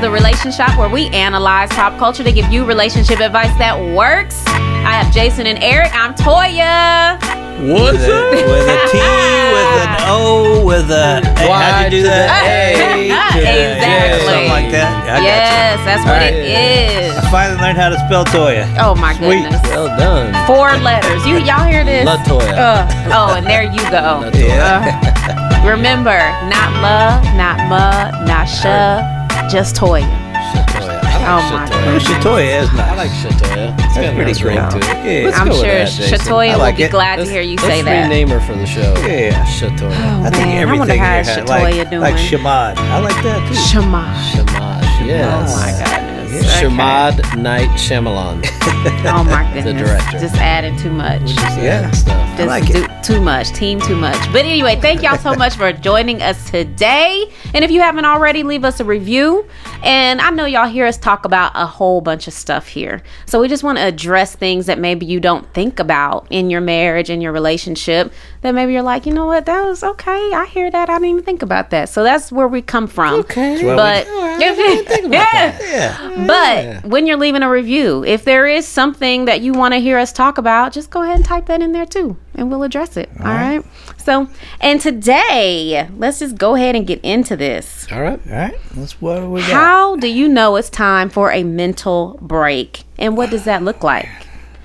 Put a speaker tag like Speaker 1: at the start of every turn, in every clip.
Speaker 1: the relationship where we analyze pop culture to give you relationship advice that works. I have Jason and Eric. I'm Toya.
Speaker 2: What's
Speaker 3: With a, with a T, with an O, with a hey, how'd you do
Speaker 2: to the
Speaker 3: that?
Speaker 2: A
Speaker 3: to the J,
Speaker 1: Exactly.
Speaker 3: something like that. Yeah, I
Speaker 1: yes, that's what
Speaker 2: Alright.
Speaker 1: it is.
Speaker 3: got you. I finally learned how to spell Toya.
Speaker 1: Oh my
Speaker 3: Sweet.
Speaker 1: goodness.
Speaker 2: Well done.
Speaker 1: Four letters. You y'all hear this?
Speaker 2: La Toya.
Speaker 1: Uh, oh, and there you go.
Speaker 2: Toya.
Speaker 3: Yeah.
Speaker 1: Uh, remember, not love, not ma, not sha, just toy.
Speaker 2: Shatoya.
Speaker 1: Oh my
Speaker 2: I
Speaker 3: Oh,
Speaker 2: like Shatoya.
Speaker 3: Shatoya is
Speaker 2: I
Speaker 3: nice.
Speaker 2: like Shatoya. It's got a
Speaker 3: pretty
Speaker 2: nice ring
Speaker 3: cool.
Speaker 2: to it.
Speaker 3: Yeah.
Speaker 2: Let's
Speaker 1: I'm
Speaker 2: go with
Speaker 1: sure
Speaker 2: that, Jason.
Speaker 1: Shatoya
Speaker 3: I
Speaker 1: will
Speaker 3: like
Speaker 1: be
Speaker 3: it.
Speaker 1: glad
Speaker 2: Let's-
Speaker 1: to hear you
Speaker 2: let's
Speaker 1: say that.
Speaker 2: rename her for the show.
Speaker 3: Yeah.
Speaker 2: Shatoya.
Speaker 1: Oh,
Speaker 3: I think
Speaker 1: man, I wonder
Speaker 3: everything
Speaker 1: how
Speaker 3: you
Speaker 1: is
Speaker 3: had,
Speaker 1: Shatoya
Speaker 3: like,
Speaker 1: doing.
Speaker 3: like Shamad. I like that too.
Speaker 1: Shamash.
Speaker 2: Shamash. Yes.
Speaker 1: Oh my goodness. Okay.
Speaker 2: Shamad Knight Shyamalan.
Speaker 1: Oh my goodness.
Speaker 2: director.
Speaker 1: Just adding too much.
Speaker 3: Yeah.
Speaker 2: Stuff.
Speaker 1: Just
Speaker 3: like
Speaker 1: do too much, team too much. But anyway, thank y'all so much for joining us today. And if you haven't already, leave us a review. And I know y'all hear us talk about a whole bunch of stuff here. So we just want to address things that maybe you don't think about in your marriage, in your relationship, that maybe you're like, you know what, that was okay. I hear that. I didn't even think about that. So that's where we come from.
Speaker 2: Okay.
Speaker 3: Well, we-
Speaker 1: But yeah.
Speaker 3: Yeah.
Speaker 1: But when you're leaving a review, if there is something that you want to hear us talk about, just go ahead and type that in there too, and we'll address it. all right. So, and today, let's just go ahead and get into this.
Speaker 2: All right.
Speaker 3: All right. That's what we got.
Speaker 1: How do you know it's time for a mental break, and what does that look like?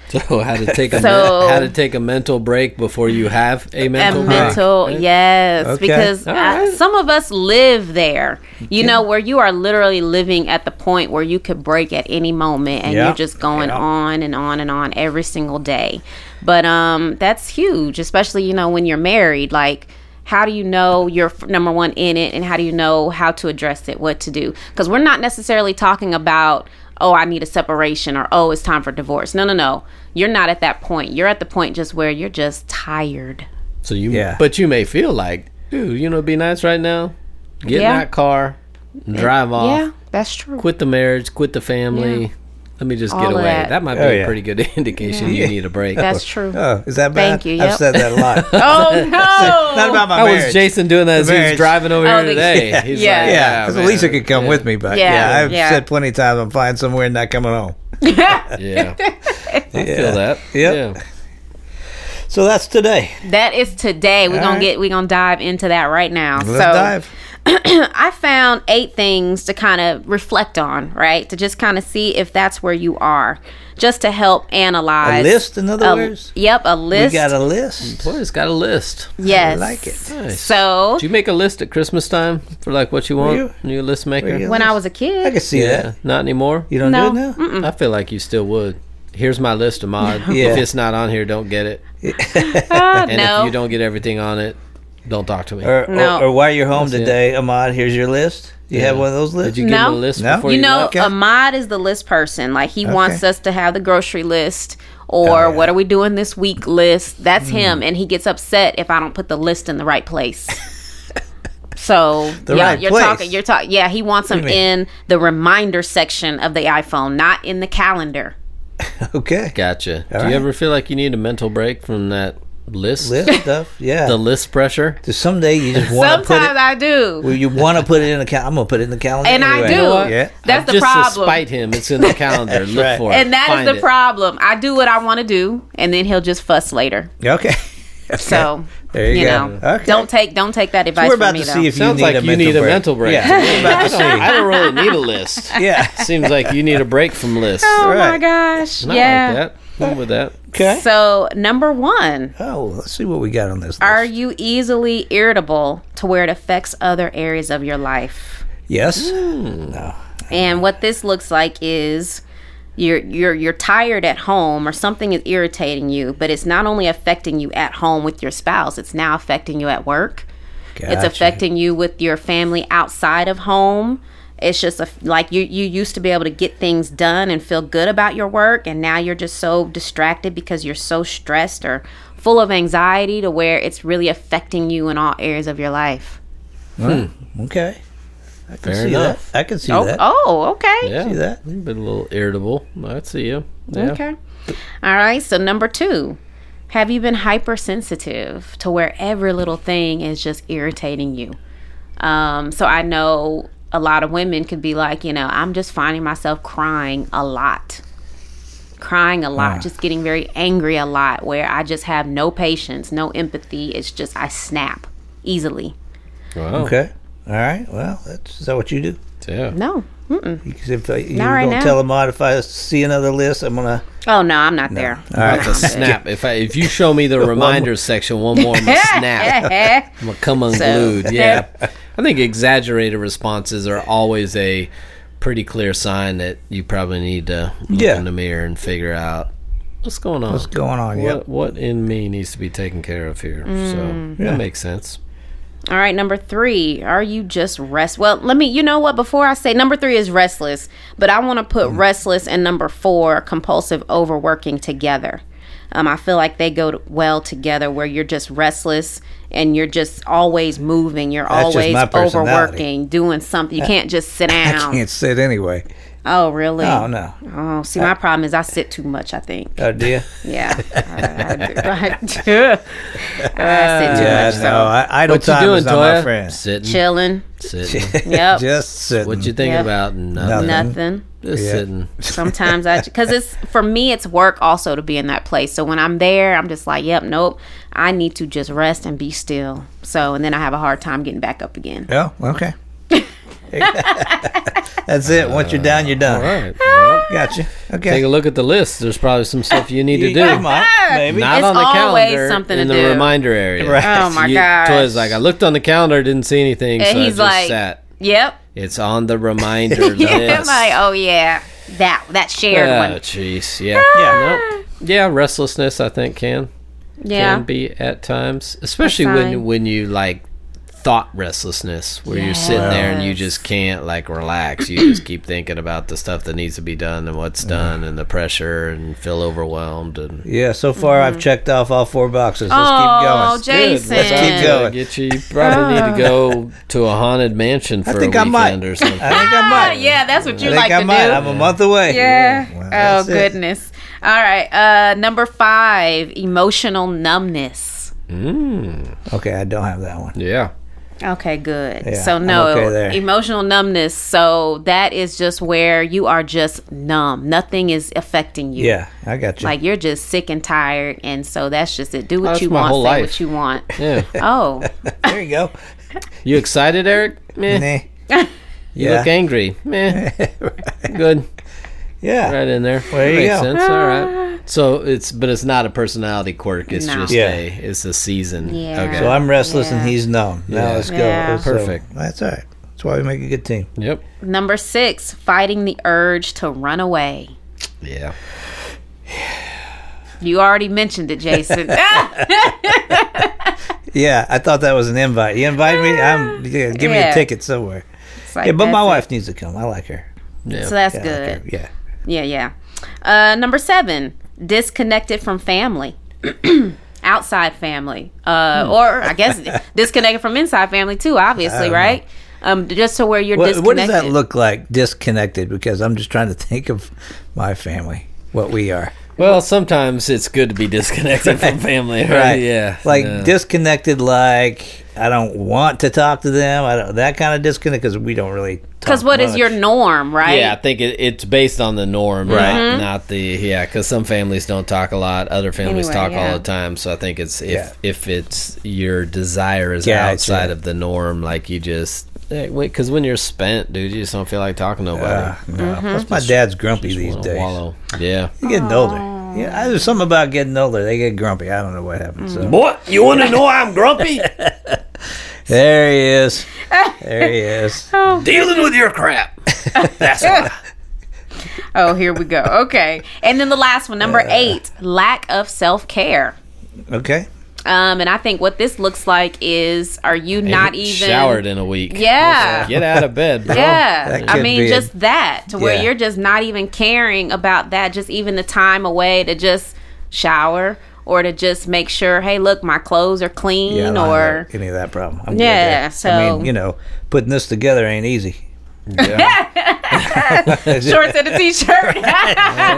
Speaker 2: So how to take a
Speaker 1: So-
Speaker 2: men- how to take a mental break before you have a
Speaker 1: A
Speaker 2: mental break.
Speaker 1: mental, yes,
Speaker 3: Okay.
Speaker 1: because uh,
Speaker 2: All right.
Speaker 1: some of us live there, you know, where you are literally living at the point where you could break at any moment, and
Speaker 3: Yeah.
Speaker 1: you're just going
Speaker 3: Yeah.
Speaker 1: on and on and on every single day. But um, that's huge, especially you know when you're married, like. How do you know you're f- number one in it, and how do you know how to address it, what to do? Because we're not necessarily talking about, oh, I need a separation or oh, it's time for divorce. No, no, no. You're not at that point. You're at the point just where you're just tired.
Speaker 2: So you,
Speaker 3: Yeah.
Speaker 2: but you may feel like, dude, you know, it'd be nice right now. Get
Speaker 1: Yeah.
Speaker 2: in that car, and drive off,
Speaker 1: Yeah, that's true.
Speaker 2: quit the marriage, quit the family.
Speaker 1: Yeah.
Speaker 2: Let me just
Speaker 1: All
Speaker 2: get
Speaker 1: of
Speaker 2: away.
Speaker 1: that.
Speaker 2: That, might be
Speaker 3: Oh,
Speaker 2: a
Speaker 3: yeah.
Speaker 2: pretty good indication you need a break.
Speaker 1: That's true.
Speaker 3: Oh, is that bad?
Speaker 1: Thank you,
Speaker 3: I've
Speaker 1: yep.
Speaker 3: said that a lot.
Speaker 1: oh no!
Speaker 3: Not about my
Speaker 2: How
Speaker 3: marriage.
Speaker 2: was Jason doing that as he was
Speaker 3: marriage.
Speaker 2: driving over
Speaker 1: Oh,
Speaker 2: here
Speaker 1: the-
Speaker 2: today?
Speaker 1: Yeah.
Speaker 2: He's
Speaker 1: Yeah.
Speaker 2: like, "Ah,
Speaker 3: Yeah, because
Speaker 2: man,
Speaker 3: Alicia could come with me, but
Speaker 1: Yeah,
Speaker 3: yeah, I've
Speaker 1: yeah.
Speaker 3: said plenty of times I'm flying somewhere and not coming home.
Speaker 2: Yeah, I feel that.
Speaker 3: Yep.
Speaker 2: Yeah,
Speaker 3: So that's today.
Speaker 1: that is today. We're gonna
Speaker 3: right.
Speaker 1: get. We're gonna dive into that right now.
Speaker 3: Let's
Speaker 1: so
Speaker 3: dive.
Speaker 1: I found eight things to kind of reflect on, right? To just kind of see if that's where you are, just to help
Speaker 3: A
Speaker 1: analyze
Speaker 3: list, in other
Speaker 1: A-
Speaker 3: words.
Speaker 1: Yep, a
Speaker 3: We
Speaker 1: list.
Speaker 3: got a list.
Speaker 2: boy, it's got a list.
Speaker 1: yes,
Speaker 3: like it.
Speaker 2: Nice.
Speaker 1: So
Speaker 2: Do you make a list at Christmas time for like what you want?
Speaker 3: you?
Speaker 2: New list maker.
Speaker 3: you?
Speaker 1: when I was a
Speaker 3: I can
Speaker 1: kid,
Speaker 3: see
Speaker 2: Yeah,
Speaker 3: that.
Speaker 2: not anymore.
Speaker 3: You don't
Speaker 1: No.
Speaker 3: do it now?
Speaker 2: I feel like you still would. Here's my list of mod.
Speaker 3: Yeah.
Speaker 2: If it's not on here, don't get it.
Speaker 1: Ah,
Speaker 2: And
Speaker 1: no,
Speaker 2: if you don't get everything on it, don't talk to me.
Speaker 3: Or,
Speaker 1: No.
Speaker 3: or, or while you're home
Speaker 2: That's it.
Speaker 3: today, Ahmad, here's your list. You have
Speaker 2: Yeah.
Speaker 3: one of those lists?
Speaker 2: Did you give
Speaker 1: No.
Speaker 2: him a list
Speaker 3: No.
Speaker 2: before
Speaker 1: you
Speaker 2: you,
Speaker 1: know,
Speaker 2: left?
Speaker 3: Okay.
Speaker 1: Ahmad is the list person. Like he wants us to have the grocery list or
Speaker 3: Oh, yeah. Hmm.
Speaker 1: what are we doing this week list. That's him, and he gets upset if I don't put the list in the right place. so
Speaker 3: The
Speaker 1: yeah,
Speaker 3: right
Speaker 1: you're
Speaker 3: place?
Speaker 1: talking. You're talking. Yeah, he wants them
Speaker 3: do you mean?
Speaker 1: in the reminder section of the iPhone, not in the calendar.
Speaker 3: okay.
Speaker 2: Gotcha. Do
Speaker 3: right.
Speaker 2: you ever feel like you need a mental break from that list?
Speaker 3: List stuff. Yeah.
Speaker 2: The list pressure?
Speaker 3: Just someday you just want to put
Speaker 1: Sometimes
Speaker 3: it.
Speaker 1: I do.
Speaker 3: Well, you want to put it in the calendar. I'm going to put it in the calendar.
Speaker 1: And I
Speaker 3: anyway.
Speaker 1: do. You know what?
Speaker 3: Yeah.
Speaker 1: That's the
Speaker 2: Just to
Speaker 1: problem.
Speaker 2: spite him, it's in the calendar. Look
Speaker 3: right.
Speaker 2: for it.
Speaker 1: and that is
Speaker 2: Find
Speaker 1: the
Speaker 2: it.
Speaker 1: problem. I do what I want to do, and then he'll just fuss later.
Speaker 3: Okay.
Speaker 1: So
Speaker 3: There you, go.
Speaker 1: know,
Speaker 3: okay.
Speaker 1: don't take don't take that advice
Speaker 3: We're
Speaker 1: from
Speaker 3: about
Speaker 1: me
Speaker 3: to
Speaker 1: though.
Speaker 3: see if
Speaker 2: Sounds
Speaker 3: you need
Speaker 2: like
Speaker 3: a
Speaker 2: you need a mental break.
Speaker 3: Yeah. We're about to see.
Speaker 2: I don't really need a list.
Speaker 3: Yeah.
Speaker 2: Seems like you need a break from lists.
Speaker 1: oh my
Speaker 3: Right.
Speaker 1: gosh!
Speaker 2: And I
Speaker 1: yeah.
Speaker 2: like that. I'm with that.
Speaker 3: Okay.
Speaker 1: So, number one,
Speaker 3: oh, let's see what we got on this.
Speaker 1: are
Speaker 3: list.
Speaker 1: you easily irritable to where it affects other areas of your life?
Speaker 3: yes.
Speaker 1: And what this looks like is you're you're you're tired at home or something is irritating you, but it's not only affecting you at home with your spouse, it's now affecting you at work. It's
Speaker 3: Gotcha.
Speaker 1: affecting you with your family outside of home. It's just a, like you you used to be able to get things done and feel good about your work, and now you're just so distracted because you're so stressed or full of anxiety to where it's really affecting you in all areas of your life.
Speaker 3: Okay. I can
Speaker 2: Fair
Speaker 3: see
Speaker 2: enough.
Speaker 3: that. I can see
Speaker 1: Oh,
Speaker 3: that.
Speaker 1: oh okay.
Speaker 2: Yeah.
Speaker 3: See that?
Speaker 2: You've been a little irritable. I see you. Yeah.
Speaker 1: Okay. All right. So number two, have you been hypersensitive to where every little thing is just irritating you? Um, so I know a lot of women could be like, you know, I'm just finding myself crying a lot. Crying a lot, just getting very angry a lot, where I just have no patience, no empathy. It's just, I snap easily.
Speaker 2: Wow.
Speaker 3: Okay. All right. Well, that's is that what you do?
Speaker 2: Yeah.
Speaker 1: No. Mm-mm.
Speaker 3: Because if uh, you
Speaker 1: Not right
Speaker 3: don't
Speaker 1: now.
Speaker 3: tell them off, if I see another list, I'm gonna.
Speaker 1: Oh, no, I'm not there.
Speaker 3: All right.
Speaker 2: That's a snap. If I, if you show me the reminder section one more, I'm gonna snap.
Speaker 1: Eh?
Speaker 2: I'm gonna come unglued. Yeah. I think exaggerated responses are always a pretty clear sign that you probably need to look
Speaker 3: Yeah.
Speaker 2: in the mirror and figure out what's going on.
Speaker 3: What's going on? Yep.
Speaker 2: What what in me needs to be taken care of here? So
Speaker 3: Yeah.
Speaker 2: that makes sense.
Speaker 1: All right, number three. Are you just rest? Well, let me. You know what? Before I say number three is restless, but I want to put
Speaker 3: Mm-hmm.
Speaker 1: restless and number four, compulsive overworking, together. Um, I feel like they go to, well together, where you're just restless and you're just always moving. You're
Speaker 3: That's just
Speaker 1: always
Speaker 3: my personality.
Speaker 1: overworking, doing something. You can't just sit
Speaker 3: I
Speaker 1: down.
Speaker 3: can't sit anyway.
Speaker 1: Oh, really?
Speaker 3: Oh no.
Speaker 1: Oh, see, my problem is I sit too much. I think.
Speaker 3: Oh dear.
Speaker 1: Yeah, I, I, do. I sit too
Speaker 3: Yeah,
Speaker 1: much. So
Speaker 3: no. I, idle
Speaker 2: What you
Speaker 3: time
Speaker 2: doing,
Speaker 3: is not my
Speaker 2: Toya?
Speaker 3: friend.
Speaker 2: Sitting.
Speaker 1: chilling.
Speaker 2: Sitting.
Speaker 1: Yep.
Speaker 3: Just sitting.
Speaker 2: what you thinking
Speaker 1: Yeah.
Speaker 2: about? Nothing.
Speaker 3: Nothing.
Speaker 1: Nothing.
Speaker 2: Just
Speaker 3: Yeah.
Speaker 2: sitting.
Speaker 1: sometimes i because it's for me it's work also to be in that place so when i'm there i'm just like yep nope i need to just rest and be still so and then i have a hard time getting back up again
Speaker 3: Oh, okay. That's it. Once you're down, you're
Speaker 2: All
Speaker 3: done.
Speaker 2: right. Well,
Speaker 3: Gotcha. Okay.
Speaker 2: take a look at the list. There's probably some stuff you need to do.
Speaker 3: You might, maybe.
Speaker 2: Not
Speaker 1: It's
Speaker 2: on the
Speaker 1: always
Speaker 2: calendar.
Speaker 1: something
Speaker 2: in
Speaker 1: to
Speaker 2: the
Speaker 1: do.
Speaker 2: reminder area.
Speaker 3: Right.
Speaker 1: oh my
Speaker 2: You-
Speaker 1: god
Speaker 2: Toya's like, I looked on the calendar, didn't see anything,
Speaker 1: and
Speaker 2: so I
Speaker 1: he's
Speaker 2: just
Speaker 1: like
Speaker 2: sat.
Speaker 1: yep
Speaker 2: It's on the reminder
Speaker 1: yeah,
Speaker 2: list.
Speaker 1: like oh yeah that that shared
Speaker 2: Oh,
Speaker 1: one Ah.
Speaker 2: jeez. Yeah.
Speaker 3: Yeah.
Speaker 2: Nope. Yeah, restlessness I think can
Speaker 1: yeah
Speaker 2: can be at times, especially
Speaker 1: That's
Speaker 2: when
Speaker 1: fine.
Speaker 2: when you like thought restlessness where you're sitting there and you just can't like relax. You just keep thinking about the stuff that needs to be done and what's done and the pressure and feel overwhelmed and
Speaker 3: Yeah, so far
Speaker 1: Mm-hmm.
Speaker 3: I've checked off all four boxes. Let's
Speaker 1: oh
Speaker 3: keep going.
Speaker 1: jason
Speaker 2: Good. Let's
Speaker 3: keep going.
Speaker 2: Get you, you probably need to go to a haunted mansion for
Speaker 3: think
Speaker 2: a
Speaker 3: I
Speaker 2: weekend
Speaker 3: might.
Speaker 2: or something.
Speaker 3: I think I
Speaker 1: Ah,
Speaker 3: might.
Speaker 1: yeah that's what
Speaker 3: I
Speaker 1: you
Speaker 3: think
Speaker 1: like
Speaker 3: I
Speaker 1: to
Speaker 3: might.
Speaker 1: do
Speaker 3: I'm a month away.
Speaker 1: Yeah.
Speaker 3: Well,
Speaker 1: oh
Speaker 3: that's it.
Speaker 1: goodness. All right. Uh number 5, emotional numbness.
Speaker 3: Okay, I don't have that one.
Speaker 2: yeah.
Speaker 1: Okay, good.
Speaker 3: Yeah,
Speaker 1: so
Speaker 3: I'm
Speaker 1: no
Speaker 3: okay there.
Speaker 1: emotional numbness. So that is just where you are just numb. Nothing is affecting you.
Speaker 3: Yeah, I got you.
Speaker 1: Like you're just sick and tired and so that's just it. Do what
Speaker 2: Oh, That's
Speaker 1: you
Speaker 2: my
Speaker 1: want, say
Speaker 2: whole life.
Speaker 1: what you want.
Speaker 2: Yeah.
Speaker 1: oh.
Speaker 3: there you go.
Speaker 2: You excited, Eric? Meh.
Speaker 3: Nah.
Speaker 2: You
Speaker 3: yeah.
Speaker 2: look angry. Meh. Good.
Speaker 3: Yeah.
Speaker 2: Right in there.
Speaker 3: There you
Speaker 2: Makes
Speaker 3: go.
Speaker 2: sense. All right. So it's but it's not a personality quirk. It's
Speaker 1: No.
Speaker 2: just
Speaker 3: Yeah.
Speaker 2: a it's a season.
Speaker 1: Yeah.
Speaker 2: Okay.
Speaker 3: So I'm restless and
Speaker 1: Yeah.
Speaker 3: he's numb. Now
Speaker 2: Yeah.
Speaker 3: let's go.
Speaker 1: Yeah.
Speaker 3: So,
Speaker 2: Perfect.
Speaker 3: that's all right. That's why we make a good team.
Speaker 2: yep.
Speaker 1: Number 6, fighting the urge to run away.
Speaker 2: Yeah.
Speaker 1: You already mentioned it, Jason. Ah,
Speaker 3: Yeah, I thought that was an invite. You invite me? I'm yeah, give me
Speaker 1: Ah, Yeah.
Speaker 3: a ticket somewhere.
Speaker 1: It's like,
Speaker 3: Yeah, but my
Speaker 1: that's it.
Speaker 3: wife needs to come. I like her.
Speaker 1: So that's
Speaker 3: Yeah, I
Speaker 1: good.
Speaker 3: like her. Yeah.
Speaker 1: Yeah, yeah. Uh, number seven, disconnected from family, outside family,
Speaker 3: Hmm.
Speaker 1: uh, or I guess disconnected from inside family too. Obviously, right? Um, just to where you're
Speaker 3: What, what does
Speaker 1: disconnected.
Speaker 3: that look like? Disconnected? Because I'm just trying to think of my family, what we are.
Speaker 2: Well, sometimes it's good to be disconnected from family, right?
Speaker 3: right
Speaker 2: Yeah.
Speaker 3: like
Speaker 2: Yeah.
Speaker 3: disconnected like i don't want to talk to them i don't that kind of disconnect because we don't really
Speaker 1: Because what is your norm, right? Mm-hmm.
Speaker 2: Yeah, I think it, it's based on the norm, right? Not, not the yeah, because some families don't talk a lot, other families
Speaker 1: Anyway,
Speaker 2: talk
Speaker 1: yeah.
Speaker 2: all the time. So I think it's if
Speaker 3: Yeah.
Speaker 2: if it's your desire is
Speaker 3: Gotcha.
Speaker 2: outside of the norm, like you just because when you're spent, dude, you just don't feel like talking to nobody.
Speaker 3: uh, no.
Speaker 1: Mm-hmm.
Speaker 3: plus my dad's grumpy these
Speaker 2: Wanna
Speaker 3: days
Speaker 2: wallow. Yeah.
Speaker 3: He's getting older yeah I- there's something about getting older they get grumpy i don't know what happens so.
Speaker 2: What you want to know? I'm grumpy.
Speaker 3: there he is there he is
Speaker 2: Dealing with your crap. That's why.
Speaker 1: Oh, here we go. Okay, and then the last one, number eight, lack of self care.
Speaker 3: okay
Speaker 1: Um, and I think what this looks like is, are you not even
Speaker 2: showered in a week.
Speaker 1: Yeah.
Speaker 2: Get out of bed, bro.
Speaker 1: Yeah.
Speaker 3: that
Speaker 1: I
Speaker 3: could
Speaker 1: mean,
Speaker 3: be a-
Speaker 1: just that to where
Speaker 3: Yeah.
Speaker 1: you're just not even caring about that, just even the time away to just shower or to just make sure, hey, look, my clothes are clean
Speaker 3: yeah I don't
Speaker 1: or.
Speaker 3: have any of that problem I'm good
Speaker 1: Yeah,
Speaker 3: there. i
Speaker 1: so-
Speaker 3: mean you know putting this together ain't easy
Speaker 1: Shorts and a t-shirt.
Speaker 3: right?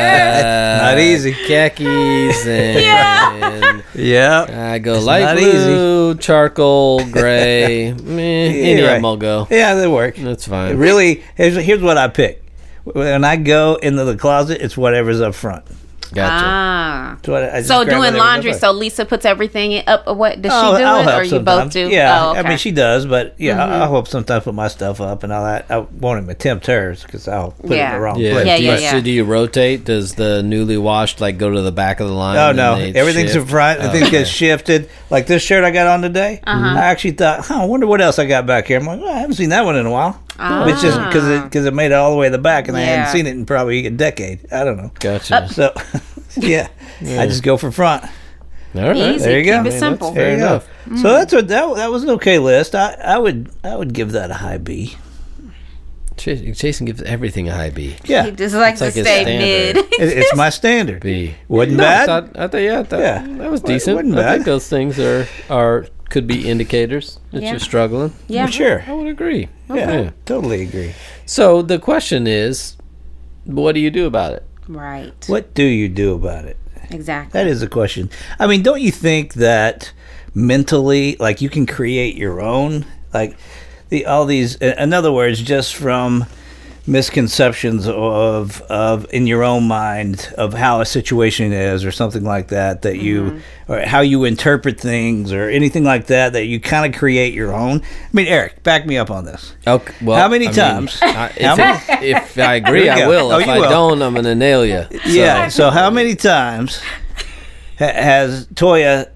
Speaker 2: Yeah.
Speaker 3: Not easy.
Speaker 2: Khakis and,
Speaker 1: Yeah.
Speaker 3: Yeah.
Speaker 2: I go light
Speaker 3: not easy.
Speaker 2: blue, charcoal, gray. Meh, any
Speaker 3: You're
Speaker 2: of
Speaker 3: right.
Speaker 2: them will go.
Speaker 3: Yeah, they work.
Speaker 2: That's fine.
Speaker 3: Really, here's, here's what I pick. When I go into the closet, it's whatever's up front.
Speaker 2: Gotcha.
Speaker 1: Ah.
Speaker 3: It's what I- I just
Speaker 1: So
Speaker 3: grab
Speaker 1: doing
Speaker 3: whatever's
Speaker 1: laundry.
Speaker 3: up front.
Speaker 1: So
Speaker 3: Oh,
Speaker 1: Lisa puts everything in- up. What does
Speaker 3: I'll-
Speaker 1: she do
Speaker 3: I'll
Speaker 1: it,
Speaker 3: help
Speaker 1: or you both
Speaker 3: sometimes.
Speaker 1: do?
Speaker 3: Yeah,
Speaker 1: Oh, okay. Mm-hmm.
Speaker 3: I mean she does, but yeah, I'll- I'll help sometimes put my stuff up, and I'll I won't even tempt hers because I'll put it in
Speaker 1: Yeah.
Speaker 3: the wrong
Speaker 2: Yeah.
Speaker 3: place.
Speaker 1: Yeah,
Speaker 2: do
Speaker 1: yeah,
Speaker 2: you,
Speaker 1: yeah.
Speaker 2: So do you rotate? Does the newly washed like go to the back of the line?
Speaker 3: Oh
Speaker 2: and
Speaker 3: no,
Speaker 2: they
Speaker 3: everything's
Speaker 2: shift?
Speaker 3: in front.
Speaker 2: Oh,
Speaker 3: Everything
Speaker 2: okay.
Speaker 3: gets shifted. Like this shirt I got on today,
Speaker 1: Uh-huh.
Speaker 3: I actually thought, huh, I wonder what else I got back here. I'm like, well, I haven't seen that one in a while. It's just because it, cause it made it all the way to the back, and I
Speaker 1: Ah. Yeah.
Speaker 3: hadn't seen it in probably a decade. I don't know.
Speaker 2: Gotcha.
Speaker 3: So, yeah, I just go for front.
Speaker 2: All right.
Speaker 1: Easy.
Speaker 3: There you go.
Speaker 1: Keep it
Speaker 3: I mean,
Speaker 1: simple.
Speaker 3: There you
Speaker 2: Fair
Speaker 3: go.
Speaker 2: enough.
Speaker 3: So that's what that that was an okay list. I, I would I would give that a high B.
Speaker 2: Ch- Jason gives everything a high B.
Speaker 3: Yeah,
Speaker 1: He
Speaker 3: it,
Speaker 1: just likes
Speaker 2: It's like
Speaker 1: to
Speaker 2: his
Speaker 1: stay
Speaker 2: standard.
Speaker 1: mid.
Speaker 3: it's my standard.
Speaker 2: B.
Speaker 3: Wasn't
Speaker 2: No, I
Speaker 3: bad.
Speaker 2: thought, I thought yeah, I thought
Speaker 3: Yeah.
Speaker 2: that was
Speaker 3: Wa-
Speaker 2: decent.
Speaker 3: wasn't
Speaker 2: I
Speaker 3: bad.
Speaker 2: think those things are are could be indicators that
Speaker 1: Yeah.
Speaker 2: you're struggling.
Speaker 1: yeah.
Speaker 3: Sure.
Speaker 2: I would agree.
Speaker 3: Yeah, totally agree.
Speaker 2: So the question is, what do you do about it?
Speaker 1: Right.
Speaker 3: What do you do about it?
Speaker 1: Exactly.
Speaker 3: That is a question. I mean, don't you think that mentally, like you can create your own, like the all these. In in other words, just from misconceptions of of in your own mind of how a situation is or something like that that you or how you interpret things or anything like that that you kind of create your own. I mean, Eric, back me up on this.
Speaker 2: Okay. Well,
Speaker 3: How many times?
Speaker 2: I, if,
Speaker 3: How many-
Speaker 2: it- if I agree,
Speaker 3: Here we
Speaker 2: I
Speaker 3: go.
Speaker 2: will.
Speaker 3: Oh,
Speaker 2: if
Speaker 3: you
Speaker 2: I
Speaker 3: will.
Speaker 2: don't, I'm gonna nail you.
Speaker 3: Yeah. So how many times ha- has Toya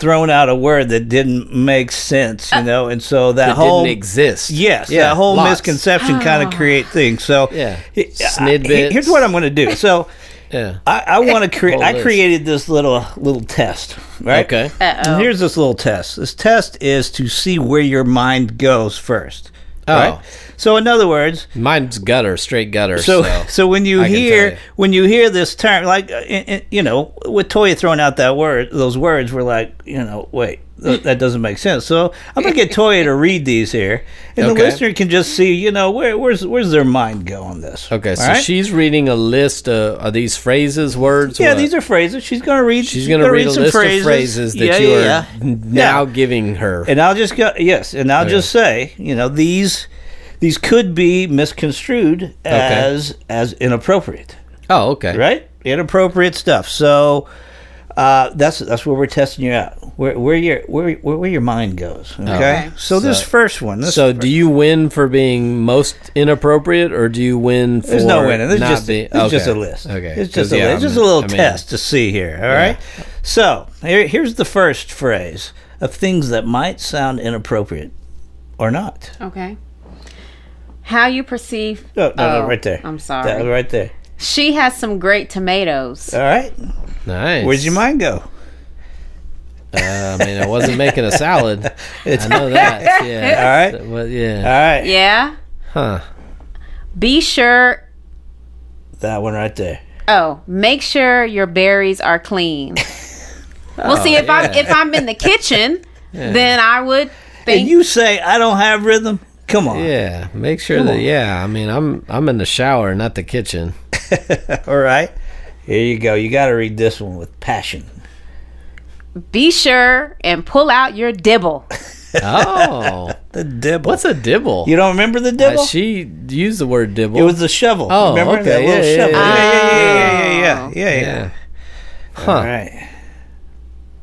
Speaker 3: thrown out a word that didn't make sense? You know, and so that
Speaker 2: It
Speaker 3: whole
Speaker 2: didn't exist.
Speaker 3: yes,
Speaker 2: Yeah,
Speaker 3: that whole
Speaker 2: lots.
Speaker 3: misconception kind of create things. So
Speaker 2: Yeah.
Speaker 3: I- I-
Speaker 2: Snidbits.
Speaker 3: here's what I'm going to do. So
Speaker 2: Yeah.
Speaker 3: I, I want to create.
Speaker 2: Whole
Speaker 3: I
Speaker 2: list.
Speaker 3: created this little little test. Right.
Speaker 2: Okay.
Speaker 1: Uh-oh.
Speaker 3: And here's this little test. This test is to see where your mind goes first.
Speaker 2: Oh.
Speaker 3: Right? So in other words,
Speaker 2: Mine's gutter, straight gutter.
Speaker 3: so,
Speaker 2: So,
Speaker 3: so when you
Speaker 2: I can
Speaker 3: hear
Speaker 2: tell you.
Speaker 3: when you hear this term, like uh, in- in- you know, with Toya throwing out that word, those words were like, you know, wait, th- that doesn't make sense. So I'm gonna get Toya to read these here, and
Speaker 2: Okay.
Speaker 3: the listener can just see, you know, where where's where's their mind go on this?
Speaker 2: okay, so
Speaker 3: all right?
Speaker 2: she's reading a list of are these phrases, words?
Speaker 3: Yeah,
Speaker 2: What?
Speaker 3: these are phrases. She's gonna read.
Speaker 2: She's gonna, read, a
Speaker 3: some
Speaker 2: list of phrases that
Speaker 3: Yeah,
Speaker 2: you are
Speaker 3: yeah, yeah.
Speaker 2: n- now
Speaker 3: Yeah.
Speaker 2: giving her.
Speaker 3: And I'll just go yes, and I'll just say, you know, these these could be misconstrued as as inappropriate.
Speaker 2: oh, okay.
Speaker 3: right? Inappropriate stuff. So uh, that's that's where we're testing you out. Where where your where where, where your mind goes. Okay.
Speaker 2: Okay.
Speaker 3: So, this first one. This
Speaker 2: Oh. So, do you win for being most inappropriate, or do you win for
Speaker 3: there's no winning. This is
Speaker 2: not
Speaker 3: just
Speaker 2: being-
Speaker 3: it's just a
Speaker 2: okay.
Speaker 3: list.
Speaker 2: Okay,
Speaker 3: It's just
Speaker 2: 'Cause,
Speaker 3: a
Speaker 2: yeah,
Speaker 3: list. It's
Speaker 2: I'm
Speaker 3: just a little
Speaker 2: in- I'm in.
Speaker 3: test to see here. All right. So here, here's the first phrase of things that might sound inappropriate or not.
Speaker 1: Okay. How you perceive?
Speaker 3: No, no, no
Speaker 1: Oh,
Speaker 3: right there.
Speaker 1: I'm
Speaker 3: That, Uh,
Speaker 1: sorry.
Speaker 3: right there.
Speaker 1: She has some great tomatoes.
Speaker 3: All right.
Speaker 2: Nice.
Speaker 3: Where's your mind go?
Speaker 2: Uh, I mean, I wasn't making a salad. I know that.
Speaker 3: All
Speaker 2: Yeah.
Speaker 3: right. All
Speaker 2: Well, yeah.
Speaker 3: right.
Speaker 1: Yeah.
Speaker 2: Huh.
Speaker 1: Be sure.
Speaker 3: That one right there.
Speaker 1: Oh, make sure your berries are clean. well,
Speaker 3: Oh,
Speaker 1: see, if I'm
Speaker 2: yeah.
Speaker 1: if I'm in the kitchen, then I would
Speaker 3: And
Speaker 1: think.
Speaker 3: you say I don't have rhythm. Come on.
Speaker 2: Yeah. Make sure that. Yeah. I mean, I'm I'm in the shower, not the kitchen.
Speaker 3: All right. Here you go. You got to read this one with passion.
Speaker 1: be sure and pull out your dibble.
Speaker 2: Oh.
Speaker 3: The dibble.
Speaker 2: What's a dibble?
Speaker 3: You don't remember the
Speaker 2: Uh,
Speaker 3: dibble?
Speaker 2: she used the word dibble.
Speaker 3: it was the shovel.
Speaker 2: Oh,
Speaker 3: remember
Speaker 2: okay.
Speaker 3: that
Speaker 2: Yeah,
Speaker 3: little
Speaker 2: yeah,
Speaker 3: shovel? yeah,
Speaker 2: yeah,
Speaker 3: yeah, yeah, yeah, yeah, yeah, yeah.
Speaker 2: yeah. Huh.
Speaker 3: All right.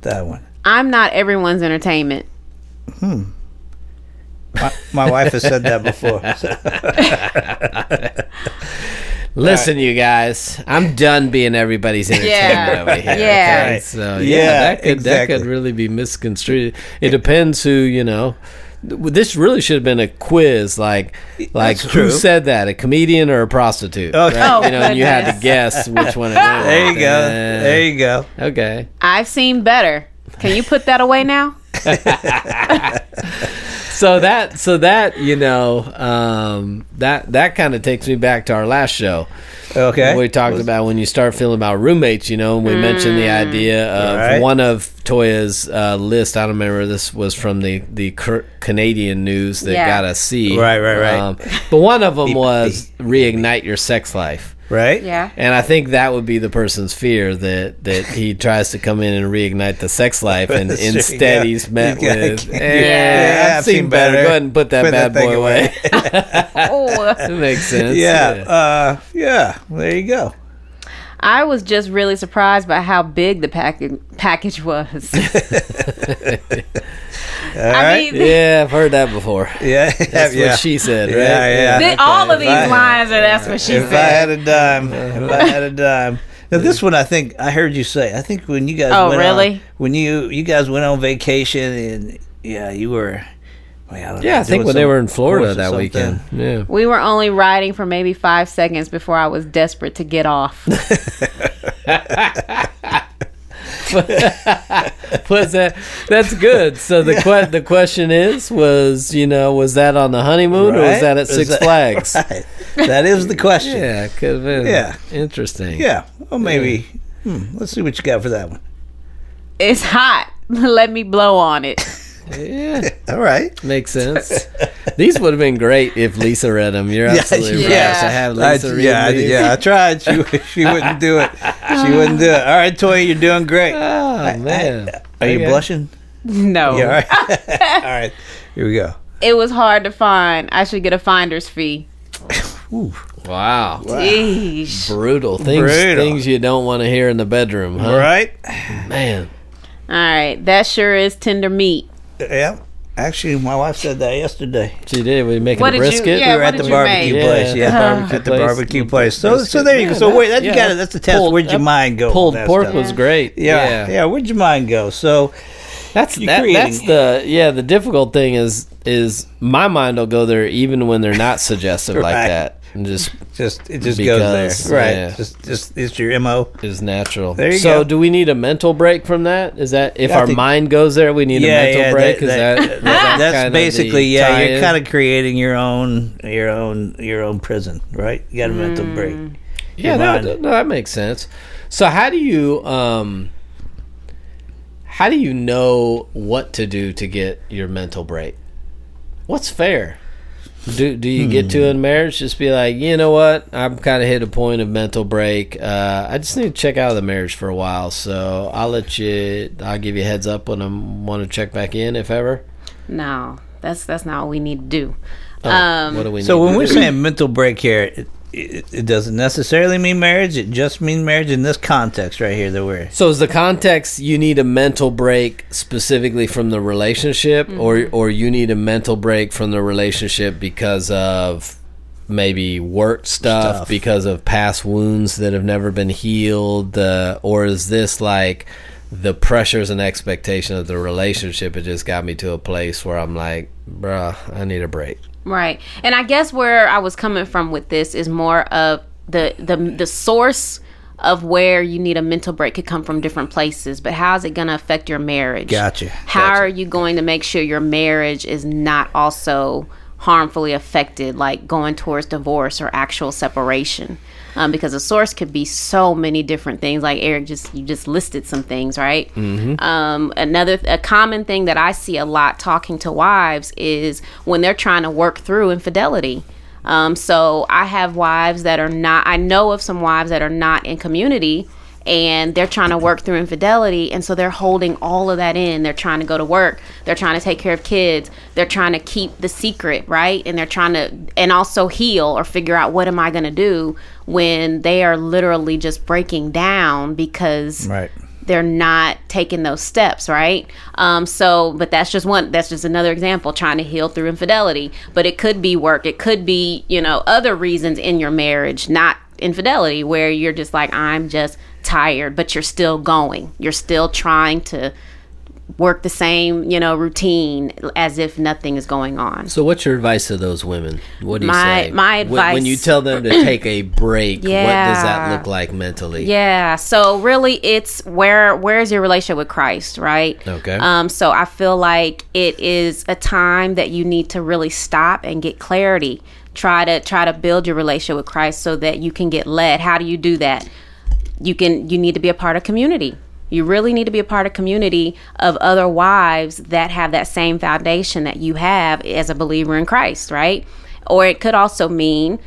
Speaker 3: That one.
Speaker 1: I'm not everyone's entertainment.
Speaker 3: My, my wife has said that before. So-
Speaker 2: Listen, you guys, I'm done being everybody's entertainment
Speaker 1: Yeah.
Speaker 2: over here.
Speaker 1: Yeah.
Speaker 2: okay?
Speaker 3: Right.
Speaker 2: So yeah,
Speaker 3: Yeah,
Speaker 2: that could
Speaker 3: exactly.
Speaker 2: that could really be misconstrued. It depends who you know. This really should have been a quiz, like like
Speaker 3: That's
Speaker 2: who
Speaker 3: true.
Speaker 2: said that, a comedian or a prostitute?
Speaker 3: Oh,
Speaker 2: right?
Speaker 1: Oh,
Speaker 2: you know, and you had to
Speaker 1: goodness.
Speaker 2: guess which one. It was. Uh,
Speaker 3: there you go. There you go.
Speaker 2: Okay.
Speaker 1: I've seen better. Can you put that away now?
Speaker 2: so that so that you know um, that that kind of takes me back to our last show.
Speaker 3: Okay.
Speaker 2: we talked about when you start feeling about roommates, you know, and we mentioned the idea of
Speaker 3: Right.
Speaker 2: one of Toya's uh, list. I don't remember this was from the the Cur- Canadian news that
Speaker 1: Yeah.
Speaker 2: got us see. Um,
Speaker 3: Right, right, right.
Speaker 2: but one of them was reignite your sex life.
Speaker 3: right?
Speaker 1: Yeah.
Speaker 2: And I think that would be the person's fear that that he tries to come in and reignite the sex life, and
Speaker 3: Sure,
Speaker 2: instead
Speaker 3: yeah.
Speaker 2: he's met
Speaker 3: Yeah, I
Speaker 2: with,
Speaker 3: can't-
Speaker 2: "Eh,
Speaker 1: Yeah,
Speaker 2: I've seen, better. Go ahead and put that
Speaker 3: Put
Speaker 2: bad
Speaker 3: that thing
Speaker 2: boy away.
Speaker 3: away.
Speaker 1: Oh.
Speaker 2: that makes sense.
Speaker 3: yeah, uh, yeah. There you go.
Speaker 1: I was just really surprised by how big the package package was. I mean,
Speaker 2: yeah, I've heard that before.
Speaker 3: Yeah,
Speaker 2: That's
Speaker 3: yeah.
Speaker 2: what she said, right?
Speaker 3: Yeah, yeah.
Speaker 1: th- all of these
Speaker 3: I-
Speaker 1: lines are that's what she
Speaker 3: if I
Speaker 1: said.
Speaker 3: had a dime, if I had a dime. Now this one, I think I heard you say. I think when you guys
Speaker 1: Oh,
Speaker 3: went on,
Speaker 1: really?
Speaker 3: when you you guys went on vacation and yeah, you were. well, I don't know,
Speaker 2: Yeah, I think
Speaker 3: doing
Speaker 2: when they
Speaker 3: some
Speaker 2: were in Florida
Speaker 3: course or
Speaker 2: that
Speaker 3: something.
Speaker 2: weekend. Yeah.
Speaker 1: we were only riding for maybe five seconds before I was desperate to get off.
Speaker 2: Was that that's good. So the que- the question is was, you know, was that on the honeymoon or was
Speaker 3: Right?
Speaker 2: that at
Speaker 3: Was
Speaker 2: Six
Speaker 3: that-
Speaker 2: Flags?
Speaker 3: Right. That is the question. yeah.
Speaker 2: Yeah, could have been.
Speaker 3: Yeah.
Speaker 2: Interesting.
Speaker 3: Well, maybe. Hmm, let's see what you got for that one.
Speaker 1: it's hot. Let me blow on it.
Speaker 2: Yeah.
Speaker 3: All right.
Speaker 2: Makes sense. These would have been great if Lisa read them. You're absolutely right.
Speaker 1: yeah.
Speaker 2: I have
Speaker 3: I,
Speaker 2: Lisa read
Speaker 3: yeah, I,
Speaker 2: these.
Speaker 3: yeah, I tried. She she wouldn't do it. She wouldn't do it. All right, Toy, you're doing great.
Speaker 2: Oh, man.
Speaker 3: Are you
Speaker 2: Okay.
Speaker 3: blushing?
Speaker 1: No.
Speaker 3: Yeah, all right. all right. Here we go.
Speaker 1: It was hard to find. I should get a finder's fee.
Speaker 2: Wow.
Speaker 3: Ah.
Speaker 1: Jeez.
Speaker 2: Brutal things.
Speaker 3: Brutal.
Speaker 2: Things you don't want to hear in the bedroom, huh?
Speaker 3: All right.
Speaker 2: Man.
Speaker 1: All right. That sure is tender meat.
Speaker 3: Yeah. Actually, my wife said that yesterday.
Speaker 2: She did. We making
Speaker 1: What
Speaker 2: a
Speaker 1: did you-
Speaker 2: brisket.
Speaker 1: yeah,
Speaker 3: We were
Speaker 1: what
Speaker 3: at the
Speaker 1: did you
Speaker 3: barbecue
Speaker 1: make?
Speaker 3: place.
Speaker 2: Yeah.
Speaker 3: Yeah,
Speaker 2: Barbecue
Speaker 3: at the
Speaker 2: place.
Speaker 3: barbecue place. So, so there you go.
Speaker 2: Yeah,
Speaker 3: So
Speaker 2: that-
Speaker 3: wait, that
Speaker 2: yeah,
Speaker 3: you got it.
Speaker 2: that
Speaker 3: That's the test.
Speaker 2: pulled-
Speaker 3: Where'd your
Speaker 2: that
Speaker 3: mind go? with
Speaker 2: Pulled
Speaker 3: that
Speaker 2: pork
Speaker 3: stuff?
Speaker 2: was great.
Speaker 3: Yeah, yeah, Where'd your mind go? So
Speaker 2: That's
Speaker 3: You're
Speaker 2: that,
Speaker 3: creating
Speaker 2: that's the yeah the difficult thing is is my mind will go there even when they're not suggestive like
Speaker 3: Right.
Speaker 2: that and just
Speaker 3: just it just
Speaker 2: Because,
Speaker 3: goes there, right?
Speaker 2: yeah.
Speaker 3: Just just it's your mo.
Speaker 2: is natural.
Speaker 3: There you
Speaker 2: so
Speaker 3: go.
Speaker 2: do we need a mental break from that? Is that if
Speaker 3: I
Speaker 2: our
Speaker 3: think-
Speaker 2: mind goes there we need a mental break?
Speaker 3: that-
Speaker 2: is
Speaker 3: that- that-
Speaker 2: that, is that kinda
Speaker 3: that's
Speaker 2: the
Speaker 3: basically yeah. You're
Speaker 2: tie-in?
Speaker 3: kind of creating your own your own your own prison, right? You got a mental break.
Speaker 2: yeah no,
Speaker 3: mind.
Speaker 2: that- no, that makes sense. So how do you um how do you know what to do to get your mental break? What's fair? Do, do you get
Speaker 3: Hmm.
Speaker 2: to in marriage just be like you know what i'm kind of hit a point of mental break uh, i just need to check out of the marriage for a while so i'll let you i'll give you a heads up when i want to check back in if ever
Speaker 1: No, that's that's not what we need to do.
Speaker 2: Oh,
Speaker 1: Um,
Speaker 2: what do we need
Speaker 3: So when
Speaker 2: to
Speaker 3: we're
Speaker 2: do?
Speaker 3: saying mental break here, it, it, it doesn't necessarily mean marriage. It just means marriage in this context right here that we're.
Speaker 2: so is the context you need a mental break specifically from the relationship or
Speaker 1: Mm-hmm.
Speaker 2: or you need a mental break from the relationship because of maybe work stuff,
Speaker 3: Stuff.
Speaker 2: because of past wounds that have never been healed uh, or is this like the pressures and expectation of the relationship it just got me to a place where i'm like bruh i need a break
Speaker 1: Right. And I guess where I was coming from with this is more of the the the source of where you need a mental break could come from different places, but how is it going to affect your marriage?
Speaker 3: Gotcha.
Speaker 1: How are you going to make sure your marriage is not also harmfully affected, like going towards divorce or actual separation? Um, because the source could be so many different things. Like Eric, just you just listed some things, right? Um, another a common thing that I see a lot talking to wives is when they're trying to work through infidelity. Um, so I have wives that are not. I know of some wives that are not in community and they're trying to work through infidelity and so they're holding all of that in they're trying to go to work they're trying to take care of kids they're trying to keep the secret right and they're trying to and also heal or figure out what am i going to do when they are literally just breaking down because
Speaker 3: Right.
Speaker 1: they're not taking those steps, right? Um, so, but that's just one. That's just another example trying to heal through infidelity. But it could be work. It could be you know other reasons in your marriage, not infidelity, where you're just like I'm just tired, but you're still going. You're still trying to work the same, you know, routine as if nothing is going on.
Speaker 2: So, what's your advice to those women? What do you
Speaker 1: My-
Speaker 2: say?
Speaker 1: my
Speaker 2: When- when,
Speaker 1: advice-
Speaker 2: you tell them to take a break, what does that
Speaker 1: Yeah.
Speaker 2: look like mentally?
Speaker 1: Yeah. So really, it's where where is your relationship with Christ, right?
Speaker 2: Okay.
Speaker 1: Um. So I feel like it is a time that you need to really stop and get clarity. Try to try to build your relationship with Christ so that you can get led. How do you do that? You can. You need to be a part of community. You really need to be a part of community of other wives that have that same foundation that you have as a believer in Christ, right? Or it could also mean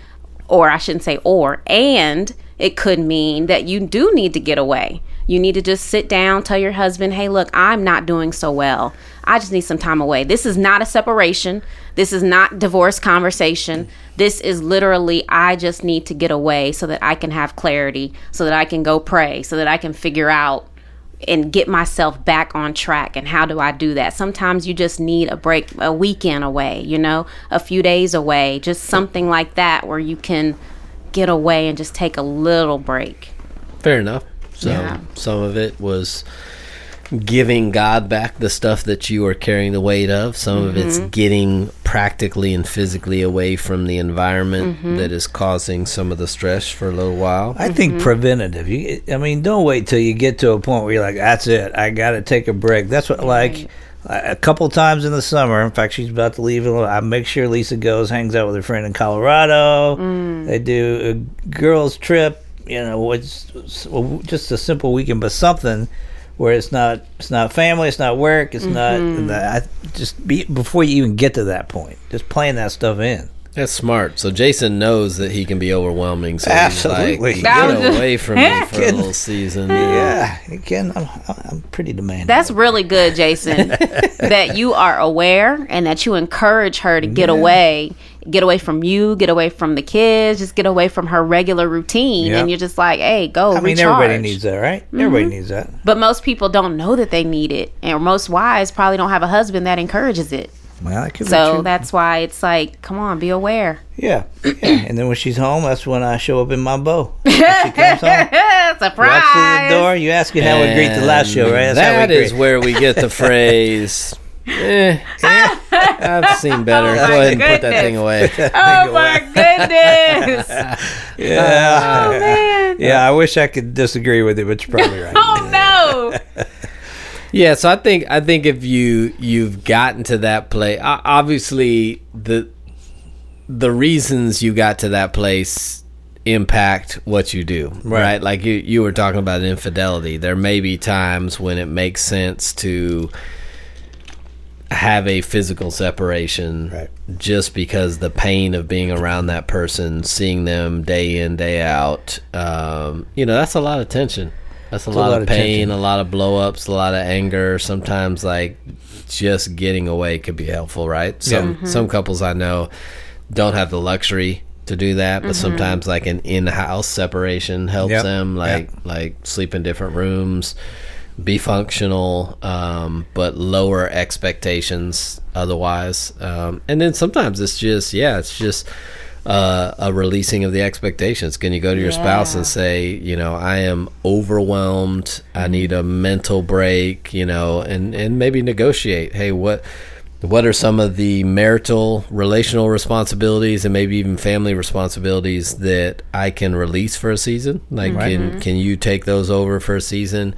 Speaker 1: or I shouldn't say or, and it could mean that you do need to get away. You need to just sit down, tell your husband, hey, look, I'm not doing so well. I just need some time away. This is not a separation. This is not divorce conversation. This is literally, I just need to get away so that I can have clarity, so that I can go pray, so that I can figure out and get myself back on track and how do i do that sometimes you just need a break a weekend away you know a few days away just something like that where you can get away and just take a little break
Speaker 2: Fair enough. So
Speaker 1: Yeah.
Speaker 2: some of it was giving God back the stuff that you are carrying the weight of. Some of it's getting practically and physically away from the environment that is causing some of the stress for a little while.
Speaker 3: I think preventative. You, I mean, don't wait till you get to a point where you're like, "That's it. I got to take a break." That's what, like, a couple times in the summer. In fact, she's about to leave. and I make sure Lisa goes, hangs out with her friend in Colorado. They do a girls' trip. You know, what's well, just a simple weekend, but something where it's not it's not family, it's not work, it's not. And I, just be before you even get to that point, just plan that stuff in.
Speaker 2: That's smart. So Jason knows that he can be overwhelming. So
Speaker 3: Absolutely.
Speaker 2: he's like,
Speaker 1: That
Speaker 2: get
Speaker 1: was-
Speaker 2: away from me for a
Speaker 3: Kidding.
Speaker 2: little season.
Speaker 3: Yeah, again, I'm, I'm pretty demanding.
Speaker 1: that's really good jason that you are aware and that you encourage her to get away get away from you get away from the kids just get away from her regular routine
Speaker 3: Yeah.
Speaker 1: and you're just like hey go
Speaker 3: I mean, everybody needs that, right? Everybody needs that.
Speaker 1: but most people don't know that they need it and most wives probably don't have a husband that encourages it
Speaker 3: Well, that could be
Speaker 1: So
Speaker 3: true.
Speaker 1: that's why it's like, come on, be aware.
Speaker 3: yeah, yeah. And then when she's home, that's when I show up in my bow. When she comes home, walks through the
Speaker 1: Surprise!
Speaker 3: door. You ask her how we greet the last show, right?
Speaker 2: And
Speaker 3: That's how
Speaker 2: that
Speaker 3: we
Speaker 2: is
Speaker 3: greet.
Speaker 2: where we get the phrase. eh, eh, I've seen better.
Speaker 1: Oh
Speaker 2: Go
Speaker 1: my
Speaker 2: ahead and put that thing
Speaker 1: goodness.
Speaker 2: away.
Speaker 1: Oh my goodness!
Speaker 3: yeah.
Speaker 1: Oh man!
Speaker 3: yeah, I wish I could disagree with it, but you're probably right.
Speaker 1: Oh no!
Speaker 2: Yeah, so I think I think if you you've gotten to that place, obviously the the reasons you got to that place impact what you do, right? Like you you were talking about infidelity. There may be times when it makes sense to have a physical separation
Speaker 3: Right.
Speaker 2: just because the pain of being around that person, seeing them day in day out, um, you know, that's a lot of tension. That's a, lot,
Speaker 3: lot
Speaker 2: of
Speaker 3: of
Speaker 2: pain,
Speaker 3: tension.
Speaker 2: a lot of blow ups, a lot of anger. Sometimes, like, just getting away could be helpful, right? Some some couples I know don't have the luxury to do that, but sometimes like an in house separation helps
Speaker 3: Yep.
Speaker 2: them, like
Speaker 3: Yep.
Speaker 2: like sleep in different rooms, be functional, um, but lower expectations otherwise. Um, and then sometimes it's just yeah, it's just uh, a releasing of the expectations. Can you go to your spouse and say, you know, I am overwhelmed. I need a mental break. You know, and and maybe negotiate. Hey, what? What are some of the marital, relational responsibilities, and maybe even family responsibilities that I can release for a season? Like, can can you take those over for a season,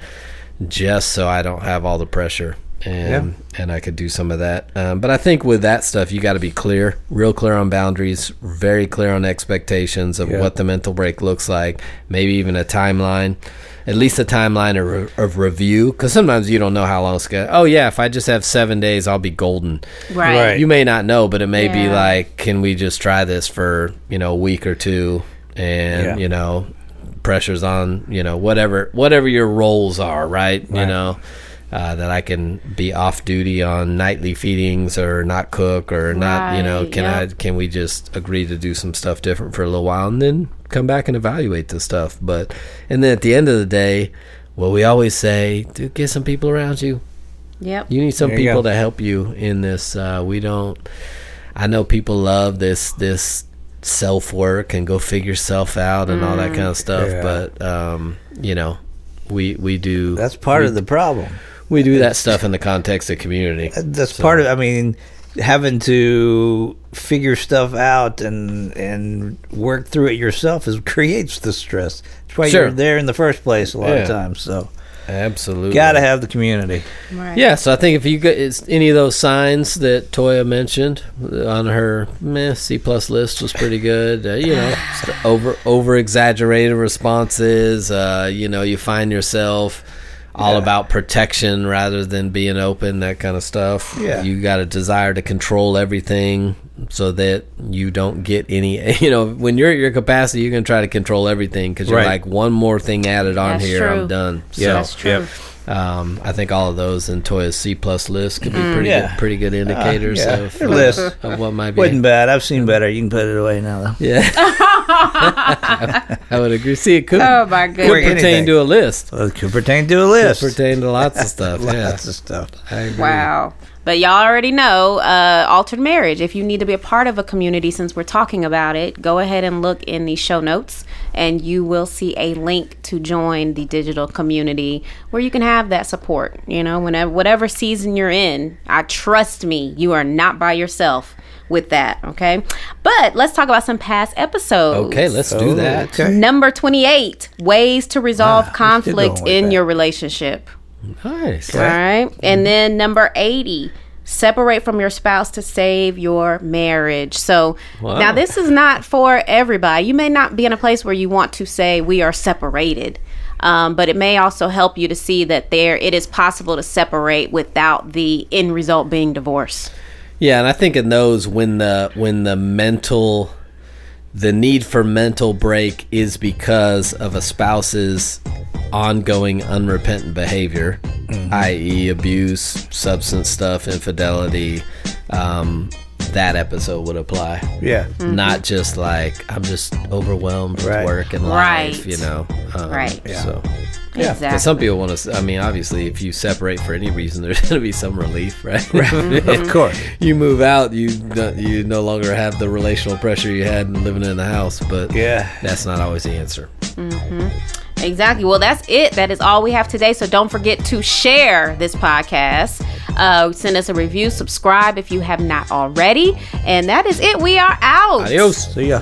Speaker 2: just so I don't have all the pressure and and I could do some of that. Um, but I think with that stuff, you got to be clear, real clear on boundaries, very clear on expectations of
Speaker 3: Yeah.
Speaker 2: what the mental break looks like. Maybe even a timeline, at least a timeline of, of review, because sometimes you don't know how long it's going. to Oh yeah, if I just have seven days, I'll be golden.
Speaker 1: Right.
Speaker 3: Right.
Speaker 2: You may not know, but it may be
Speaker 1: Yeah.
Speaker 2: like, can we just try this for you know a week or two, and
Speaker 3: Yeah.
Speaker 2: you know, pressures on you know whatever whatever your roles are, right? You know, uh, that I can be off duty on nightly feedings or not cook or not, you know,
Speaker 1: Right,
Speaker 2: can
Speaker 1: yeah.
Speaker 2: I can we just agree to do some stuff different for a little while and then come back and evaluate the stuff? But and then at the end of the day, what we always say, do get some people around you.
Speaker 1: Yep.
Speaker 2: You need some
Speaker 3: There you
Speaker 2: people
Speaker 3: go.
Speaker 2: to help you in this. Uh, we don't. I know people love this this self work and go figure yourself out and all that kind of stuff,
Speaker 3: Yeah.
Speaker 2: but um, you know, we we do
Speaker 3: That's part of the problem.
Speaker 2: we do that stuff in the context of community.
Speaker 3: That's part of. I mean, having to figure stuff out and and work through it yourself is creates the stress. That's why
Speaker 2: Sure.
Speaker 3: you're there in the first place a lot
Speaker 2: Yeah.
Speaker 3: of times. So
Speaker 2: Absolutely.
Speaker 3: gotta have the community.
Speaker 1: Right.
Speaker 2: Yeah, so I think if you get it's any of those signs that Toya mentioned on her meh, C plus list was pretty good. Uh, you know, st- over over exaggerated responses. Uh, you know, you find yourself all about protection rather than being open, that kind of stuff.
Speaker 3: Yeah.
Speaker 2: you got a desire to control everything so that you don't get any. You know, when you're at your capacity, you're gonna try to control everything because you're
Speaker 3: Right.
Speaker 2: like one more thing added on
Speaker 1: That's
Speaker 2: here,
Speaker 1: true.
Speaker 2: I'm done.
Speaker 3: Yeah.
Speaker 2: So-
Speaker 1: That's true.
Speaker 3: Yep.
Speaker 2: um, I think all of those in Toya's C plus list could be
Speaker 1: Mm.
Speaker 2: pretty
Speaker 3: Yeah. Uh,
Speaker 2: good, pretty good indicators
Speaker 3: yeah.
Speaker 2: of,
Speaker 3: Your list.
Speaker 2: of what might be.
Speaker 3: Wasn't bad. I've seen better. You can put it away now. Though.
Speaker 2: Yeah, I would agree. See, it could,
Speaker 1: Oh my
Speaker 2: could
Speaker 1: goodness.
Speaker 2: pertain
Speaker 3: anything.
Speaker 2: to a list.
Speaker 3: Well, it could pertain to a list.
Speaker 2: Could pertain to lots of stuff. yeah,
Speaker 3: Lots of stuff.
Speaker 2: I agree.
Speaker 1: Wow. But y'all already know uh, altered marriage. If you need to be a part of a community, since we're talking about it, go ahead and look in the show notes, and you will see a link to join the digital community where you can have that support. You know, whenever whatever season you're in, I trust me, you are not by yourself with that. Okay, but let's talk about some past episodes.
Speaker 2: Okay, let's do
Speaker 3: Oh,
Speaker 2: that.
Speaker 3: Okay.
Speaker 1: Number twenty-eight: ways to resolve
Speaker 3: we're Ah, still going
Speaker 1: conflict
Speaker 3: with
Speaker 1: in
Speaker 3: that.
Speaker 1: your relationship.
Speaker 2: Nice.
Speaker 1: All right.
Speaker 2: Mm-hmm.
Speaker 1: And then number 80, separate from your spouse to save your marriage. So
Speaker 2: Wow.
Speaker 1: now this is not for everybody. You may not be in a place where you want to say we are separated. Um, but it may also help you to see that there it is possible to separate without the end result being divorce.
Speaker 2: Yeah, and I think in those when the when the mental the need for mental break is because of a spouse's ongoing unrepentant behavior, i.e., abuse, substance stuff, infidelity. Um, that episode would apply.
Speaker 3: Yeah.
Speaker 1: Mm-hmm.
Speaker 2: Not just like I'm just overwhelmed with
Speaker 3: Right.
Speaker 2: work and
Speaker 1: Right.
Speaker 2: life, you know. Um,
Speaker 1: Right. Yeah.
Speaker 2: So.
Speaker 3: Yeah,
Speaker 2: Because some people want to. I mean, obviously, if you separate for any reason, there's going to be some relief, right? right.
Speaker 3: Of course.
Speaker 2: you move out, you no, you no longer have the relational pressure you had in living in the house. But
Speaker 3: Yeah.
Speaker 2: that's not always the answer.
Speaker 1: Exactly. Well, that's it. That is all we have today. So don't forget to share this podcast. Uh, send us a review, subscribe if you have not already. And that is it. We are out.
Speaker 2: Adios.
Speaker 3: So yeah.